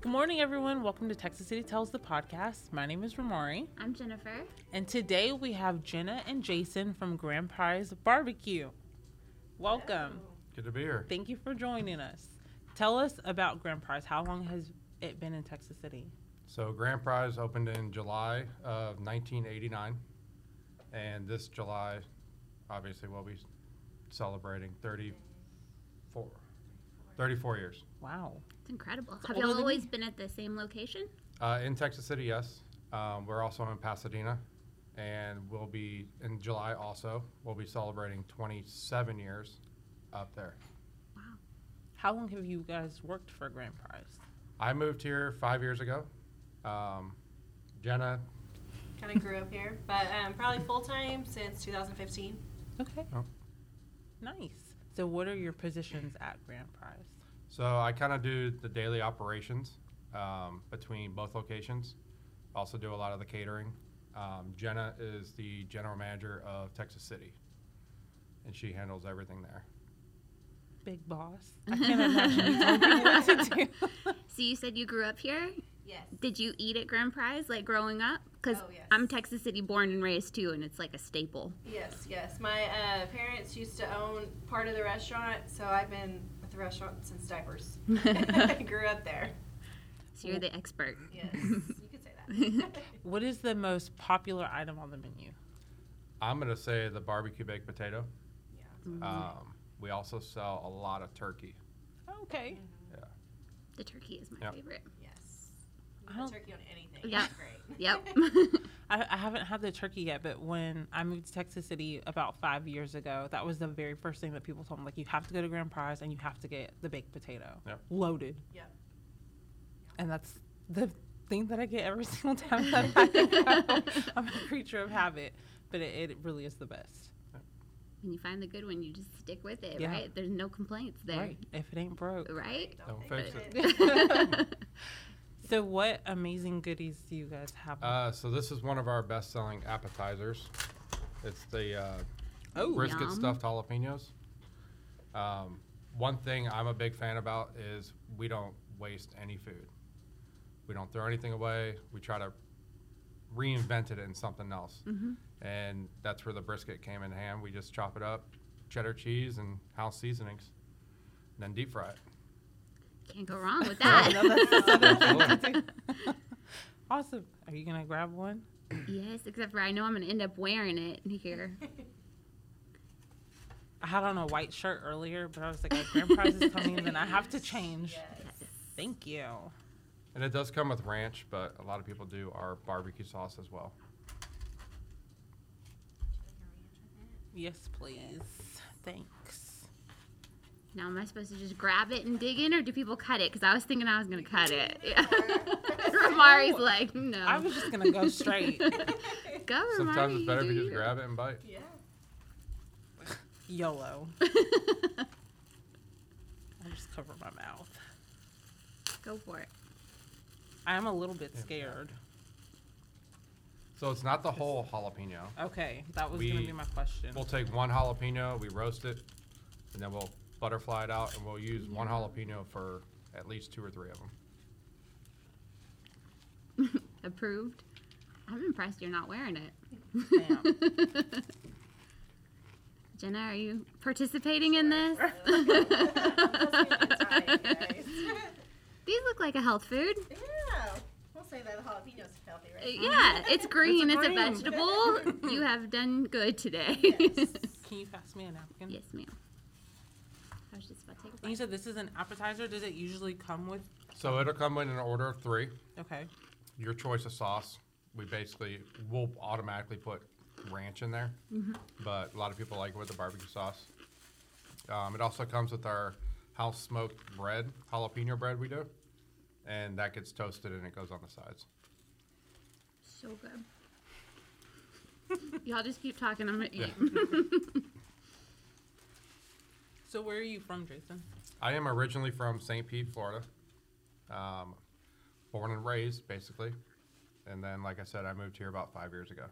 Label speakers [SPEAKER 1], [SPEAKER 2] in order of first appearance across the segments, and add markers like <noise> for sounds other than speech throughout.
[SPEAKER 1] Good morning, everyone. Welcome to Texas City Tells the podcast. My name is Ramari,
[SPEAKER 2] I'm Jennifer.
[SPEAKER 1] and today we have Jenna and Jason from Grand Prize Barbecue. Welcome.
[SPEAKER 3] Good to be here.
[SPEAKER 1] Thank you for joining us. Tell us about Grand Prize. How long has it been in Texas City?
[SPEAKER 3] So Grand Prize opened in July of 1989, and this July, obviously, we'll be celebrating 34, 34 years.
[SPEAKER 1] Wow.
[SPEAKER 2] It's incredible.
[SPEAKER 1] It's
[SPEAKER 2] Have
[SPEAKER 1] older
[SPEAKER 2] y'all
[SPEAKER 1] than
[SPEAKER 2] always been at the
[SPEAKER 1] <laughs>
[SPEAKER 2] same location?
[SPEAKER 3] Uh, in Texas City, yes. Um, we're also in Pasadena, and we'll be in July also. We'll be celebrating 27 years up there.
[SPEAKER 1] How long have you guys worked for Grand Prize?
[SPEAKER 3] I moved here five years ago. Um, Jenna,
[SPEAKER 4] kind of grew up here, but um, probably full time since 2015.
[SPEAKER 1] Okay.
[SPEAKER 3] Oh.
[SPEAKER 1] Nice. So, what are your positions at Grand Prize?
[SPEAKER 3] So I kind of do the daily operations um, between both locations. Also do a lot of the catering. Um, Jenna is the general manager of Texas City, and she handles everything there.
[SPEAKER 1] Big boss. I can't imagine you <laughs> telling people what to do.
[SPEAKER 2] <laughs> So you said you grew up here.
[SPEAKER 4] Yes.
[SPEAKER 2] Did you eat at Grand Prize like growing up? Because
[SPEAKER 4] Oh, yes.
[SPEAKER 2] I'm Texas City born and raised too, and it's like a staple.
[SPEAKER 4] Yes, yes. My uh, parents used to own part of the restaurant, so I've been with the restaurant since diapers. <laughs> I grew up there.
[SPEAKER 2] So you're the expert.
[SPEAKER 4] Yes, <laughs> you could say that.
[SPEAKER 1] What is the most popular item on the menu?
[SPEAKER 3] I'm gonna say the barbecue baked potato.
[SPEAKER 4] yeah.
[SPEAKER 3] Um, we also sell a lot of turkey.
[SPEAKER 1] Okay.
[SPEAKER 2] The turkey is my
[SPEAKER 3] Yep.
[SPEAKER 2] favorite.
[SPEAKER 4] Yes.
[SPEAKER 1] I
[SPEAKER 4] You put
[SPEAKER 1] don't-
[SPEAKER 4] turkey on
[SPEAKER 2] <laughs>
[SPEAKER 4] anything.
[SPEAKER 2] Yeah.
[SPEAKER 4] It's great.
[SPEAKER 2] Yep.
[SPEAKER 1] <laughs> I, I haven't had the turkey yet, but when I moved to Texas City about five years ago, that was the very first thing that people told me. Like, you have to go to Grand Prize and you have to get the baked potato
[SPEAKER 3] Yep.
[SPEAKER 1] loaded.
[SPEAKER 4] Yep.
[SPEAKER 1] And that's the thing that I get every <laughs>
[SPEAKER 2] <laughs>
[SPEAKER 1] single time that I go. <laughs> I'm a creature of habit, but it, it really is the best.
[SPEAKER 2] when you find the good one, you just stick with it,
[SPEAKER 1] Yeah.
[SPEAKER 2] right? There's no complaints there,
[SPEAKER 1] Right. If it ain't broke.
[SPEAKER 2] right?
[SPEAKER 3] Don't fix it.
[SPEAKER 2] <laughs>
[SPEAKER 1] So, what amazing goodies do you guys have?
[SPEAKER 3] Uh, so this is one of our best-selling appetizers. It's the uh,
[SPEAKER 1] oh,
[SPEAKER 3] brisket
[SPEAKER 2] Yum.
[SPEAKER 3] stuffed jalapenos. Um, one thing I'm a big fan about is we don't waste any food. We don't throw anything away. We try to reinvent it in something else, and that's where the brisket came in hand. We just chop it up, cheddar cheese and house seasonings, and then deep fry it.
[SPEAKER 2] <laughs> Can't go wrong with
[SPEAKER 1] I <laughs> know
[SPEAKER 2] that.
[SPEAKER 1] that's
[SPEAKER 2] <laughs>
[SPEAKER 1] the southern thing to do. <laughs> awesome. Are you going to grab one?
[SPEAKER 2] yes, except for I know I'm gonna end up wearing it here.
[SPEAKER 1] I had on a white shirt earlier, but I was like, "Oh, grand prize is coming, then I have to change.
[SPEAKER 4] Yes.
[SPEAKER 1] Thank you.
[SPEAKER 3] And it does come with ranch, but a lot of people do our barbecue sauce as well.
[SPEAKER 1] Yes, please. Thanks.
[SPEAKER 2] Now, am I supposed to just grab it and dig in, or do people cut it? Because I was thinking I was going to cut it. <laughs> Yeah. Ramari's like, no.
[SPEAKER 1] I was just gonna go straight.
[SPEAKER 2] Go, Ramari.
[SPEAKER 3] Sometimes it's better if
[SPEAKER 2] do
[SPEAKER 3] you just grab it and bite.
[SPEAKER 4] Yeah.
[SPEAKER 1] YOLO. I'll just cover my mouth.
[SPEAKER 2] Go for it.
[SPEAKER 1] I am a little bit scared.
[SPEAKER 3] So it's not the whole jalapeno.
[SPEAKER 1] Okay, that was gonna
[SPEAKER 3] We-
[SPEAKER 1] be my question.
[SPEAKER 3] We'll take one jalapeno, we roast it, and then we'll butterfly it out, and we'll use one jalapeno for at least two or three of them.
[SPEAKER 2] Approved. I'm impressed you're not wearing
[SPEAKER 1] Damn.
[SPEAKER 2] it. <laughs> Jenna, are you participating in this? These look like a health food.
[SPEAKER 4] <laughs> Yeah. We'll say that the jalapenos are healthy,
[SPEAKER 2] Uh,
[SPEAKER 4] right?
[SPEAKER 2] Yeah, it's green. It's,
[SPEAKER 1] green.
[SPEAKER 2] a vegetable. you have done good today. <laughs>
[SPEAKER 4] Yes.
[SPEAKER 1] Can you pass me a napkin?
[SPEAKER 2] Yes, ma'am. I was just about to take a
[SPEAKER 1] And You said this is an appetizer. Does it usually come with?
[SPEAKER 3] So it'll come in an order of three.
[SPEAKER 1] Okay.
[SPEAKER 3] Your choice of sauce. We basically will automatically put ranch in there, but a lot of people like it with the barbecue sauce. Um, it also comes with our house smoked bread, jalapeno bread we do, and that gets toasted and it goes on the sides.
[SPEAKER 2] So good. <laughs> Y'all just keep talking. I'm gonna eat.
[SPEAKER 1] So where are you from, Jason?
[SPEAKER 3] I am originally from St. Pete, Florida. Um, born and raised, basically. And then, like I said, I moved here about five years ago.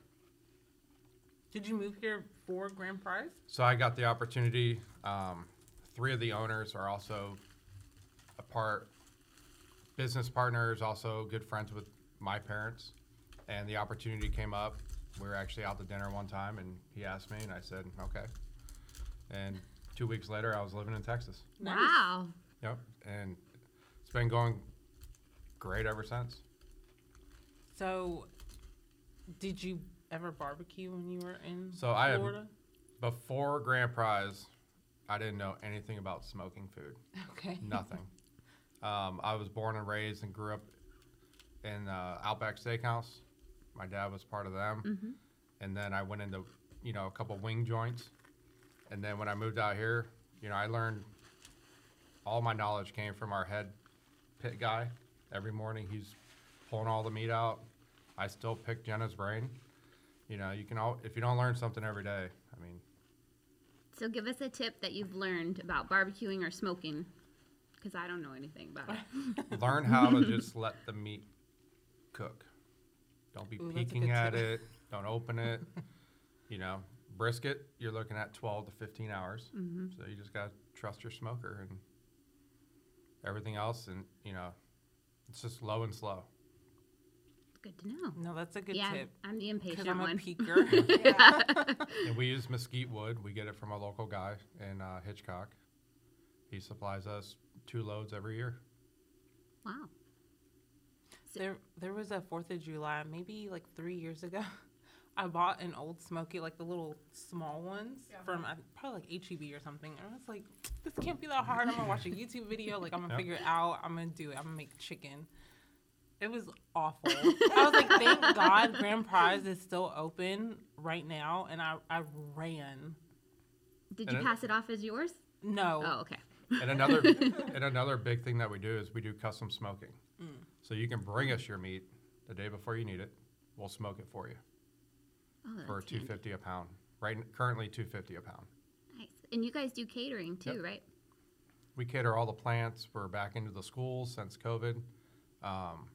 [SPEAKER 1] Did you move here for grand prize?
[SPEAKER 3] So I got the opportunity. Um, three of the owners are also a part business partner is also good friends with my parents, and the opportunity came up. We were actually out to dinner one time, and he asked me, and I said, okay. And two weeks later, I was living in Texas.
[SPEAKER 2] Wow.
[SPEAKER 3] Yep, and it's been going great ever since.
[SPEAKER 1] So, did you ever barbecue when you were in
[SPEAKER 3] So I have-
[SPEAKER 1] Florida?
[SPEAKER 3] Before Grand Prize, I didn't know anything about smoking food.
[SPEAKER 1] okay.
[SPEAKER 3] <laughs> Nothing. um, I was born and raised and grew up in uh, Outback Steakhouse. My dad was part of them, and then I went into you know a couple wing joints, and then when I moved out here, you know I learned all my knowledge came from our head pit guy. Every morning he's pulling all the meat out. I still pick Jenna's brain. You know you can all if you don't learn something every day. I mean
[SPEAKER 2] So give us a tip that you've learned about barbecuing or smoking, because I don't know anything about
[SPEAKER 3] <laughs>
[SPEAKER 2] it.
[SPEAKER 3] learn how to just let the meat cook. Don't be
[SPEAKER 1] Ooh, that's a
[SPEAKER 3] peeking
[SPEAKER 1] good
[SPEAKER 3] at
[SPEAKER 1] tip.
[SPEAKER 3] it. Don't open it. you know, brisket, you're looking at 12 to 15 hours.
[SPEAKER 1] Mm-hmm.
[SPEAKER 3] So you just got to trust your smoker and everything else. And, you know, it's just low and slow.
[SPEAKER 2] Good to know.
[SPEAKER 1] No, that's a good
[SPEAKER 2] yeah,
[SPEAKER 1] tip.
[SPEAKER 2] I'm the impatient
[SPEAKER 1] Because I'm a
[SPEAKER 2] one.
[SPEAKER 1] peaker.
[SPEAKER 4] Yeah.
[SPEAKER 3] and we use mesquite wood. We get it from a local guy in uh, Hitchcock. He supplies us two loads every year.
[SPEAKER 2] Wow.
[SPEAKER 1] there, there was a Fourth of July, maybe like three years ago. <laughs> I bought an old smoky, like the little small ones
[SPEAKER 4] Yeah.
[SPEAKER 1] from I- probably like HEB or something. And I was like, this can't be that hard. I'm gonna watch a YouTube video. Like I'm gonna
[SPEAKER 3] Yeah.
[SPEAKER 1] figure it out. I'm gonna do it. I'm gonna make chicken. It was awful. I was like, thank God Grand Prize is still open right now. And I, I ran.
[SPEAKER 2] Did
[SPEAKER 3] And
[SPEAKER 2] you
[SPEAKER 3] it-
[SPEAKER 2] pass it off as yours?
[SPEAKER 1] No.
[SPEAKER 2] Oh, okay.
[SPEAKER 3] And another and another big thing that we do is we do custom smoking. So you can bring us your meat the day before you need it. We'll smoke it for you
[SPEAKER 2] Oh, that's
[SPEAKER 3] for
[SPEAKER 2] handy.
[SPEAKER 3] two fifty a pound. Right, n- currently two fifty a pound.
[SPEAKER 2] Nice. And you guys do catering too,
[SPEAKER 3] Yep.
[SPEAKER 2] right?
[SPEAKER 3] We cater all the plants. We're back into the schools since COVID. Um,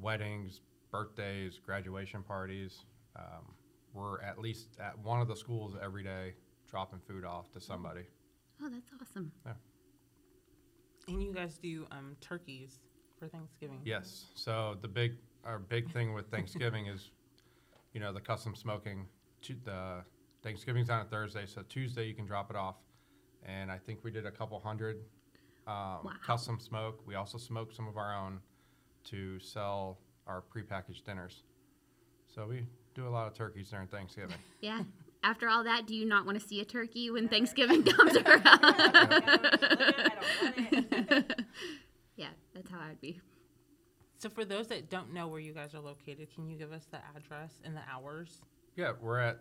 [SPEAKER 3] weddings, birthdays, graduation parties. Um, we're at least at one of the schools every day dropping food off to somebody.
[SPEAKER 2] Oh, that's awesome.
[SPEAKER 1] And you guys do um, turkeys for Thanksgiving.
[SPEAKER 3] Yes. So the big our big thing with Thanksgiving is, you know, the custom smoking. Tu- The Thanksgiving's on a Thursday, so Tuesday you can drop it off, and I think we did a couple hundred um, custom smoke. We also smoked some of our own to sell our prepackaged dinners. So we do a lot of turkeys during Thanksgiving.
[SPEAKER 2] Yeah.
[SPEAKER 3] <laughs>
[SPEAKER 2] After all that, do you not want to see a turkey when Thanksgiving <laughs> comes around? <laughs> yeah, that's how I'd be.
[SPEAKER 1] So for those that don't know where you guys are located, can you give us the address and the hours?
[SPEAKER 3] Yeah, we're at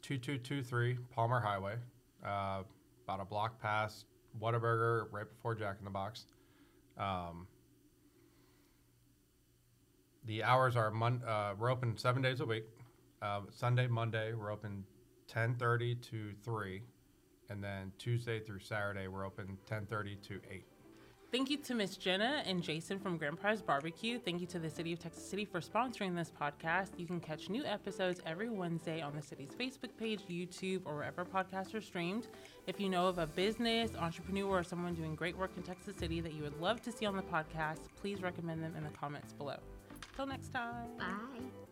[SPEAKER 3] 2223 Palmer Highway, uh, about a block past Whataburger, right before Jack in the Box. Um, the hours are mon- uh, we're open seven days a week. Uh, Sunday, Monday, we're open 10:30 to 3, and then Tuesday through Saturday, we're open 10:30 to 8.
[SPEAKER 1] Thank you to Miss Jenna and Jason from Grand Prize Barbecue. Thank you to the City of Texas City for sponsoring this podcast. You can catch new episodes every Wednesday on the city's Facebook page, YouTube, or wherever podcasts are streamed. If you know of a business, entrepreneur, or someone doing great work in Texas City that you would love to see on the podcast, please recommend them in the comments below. Till next time.
[SPEAKER 2] Bye.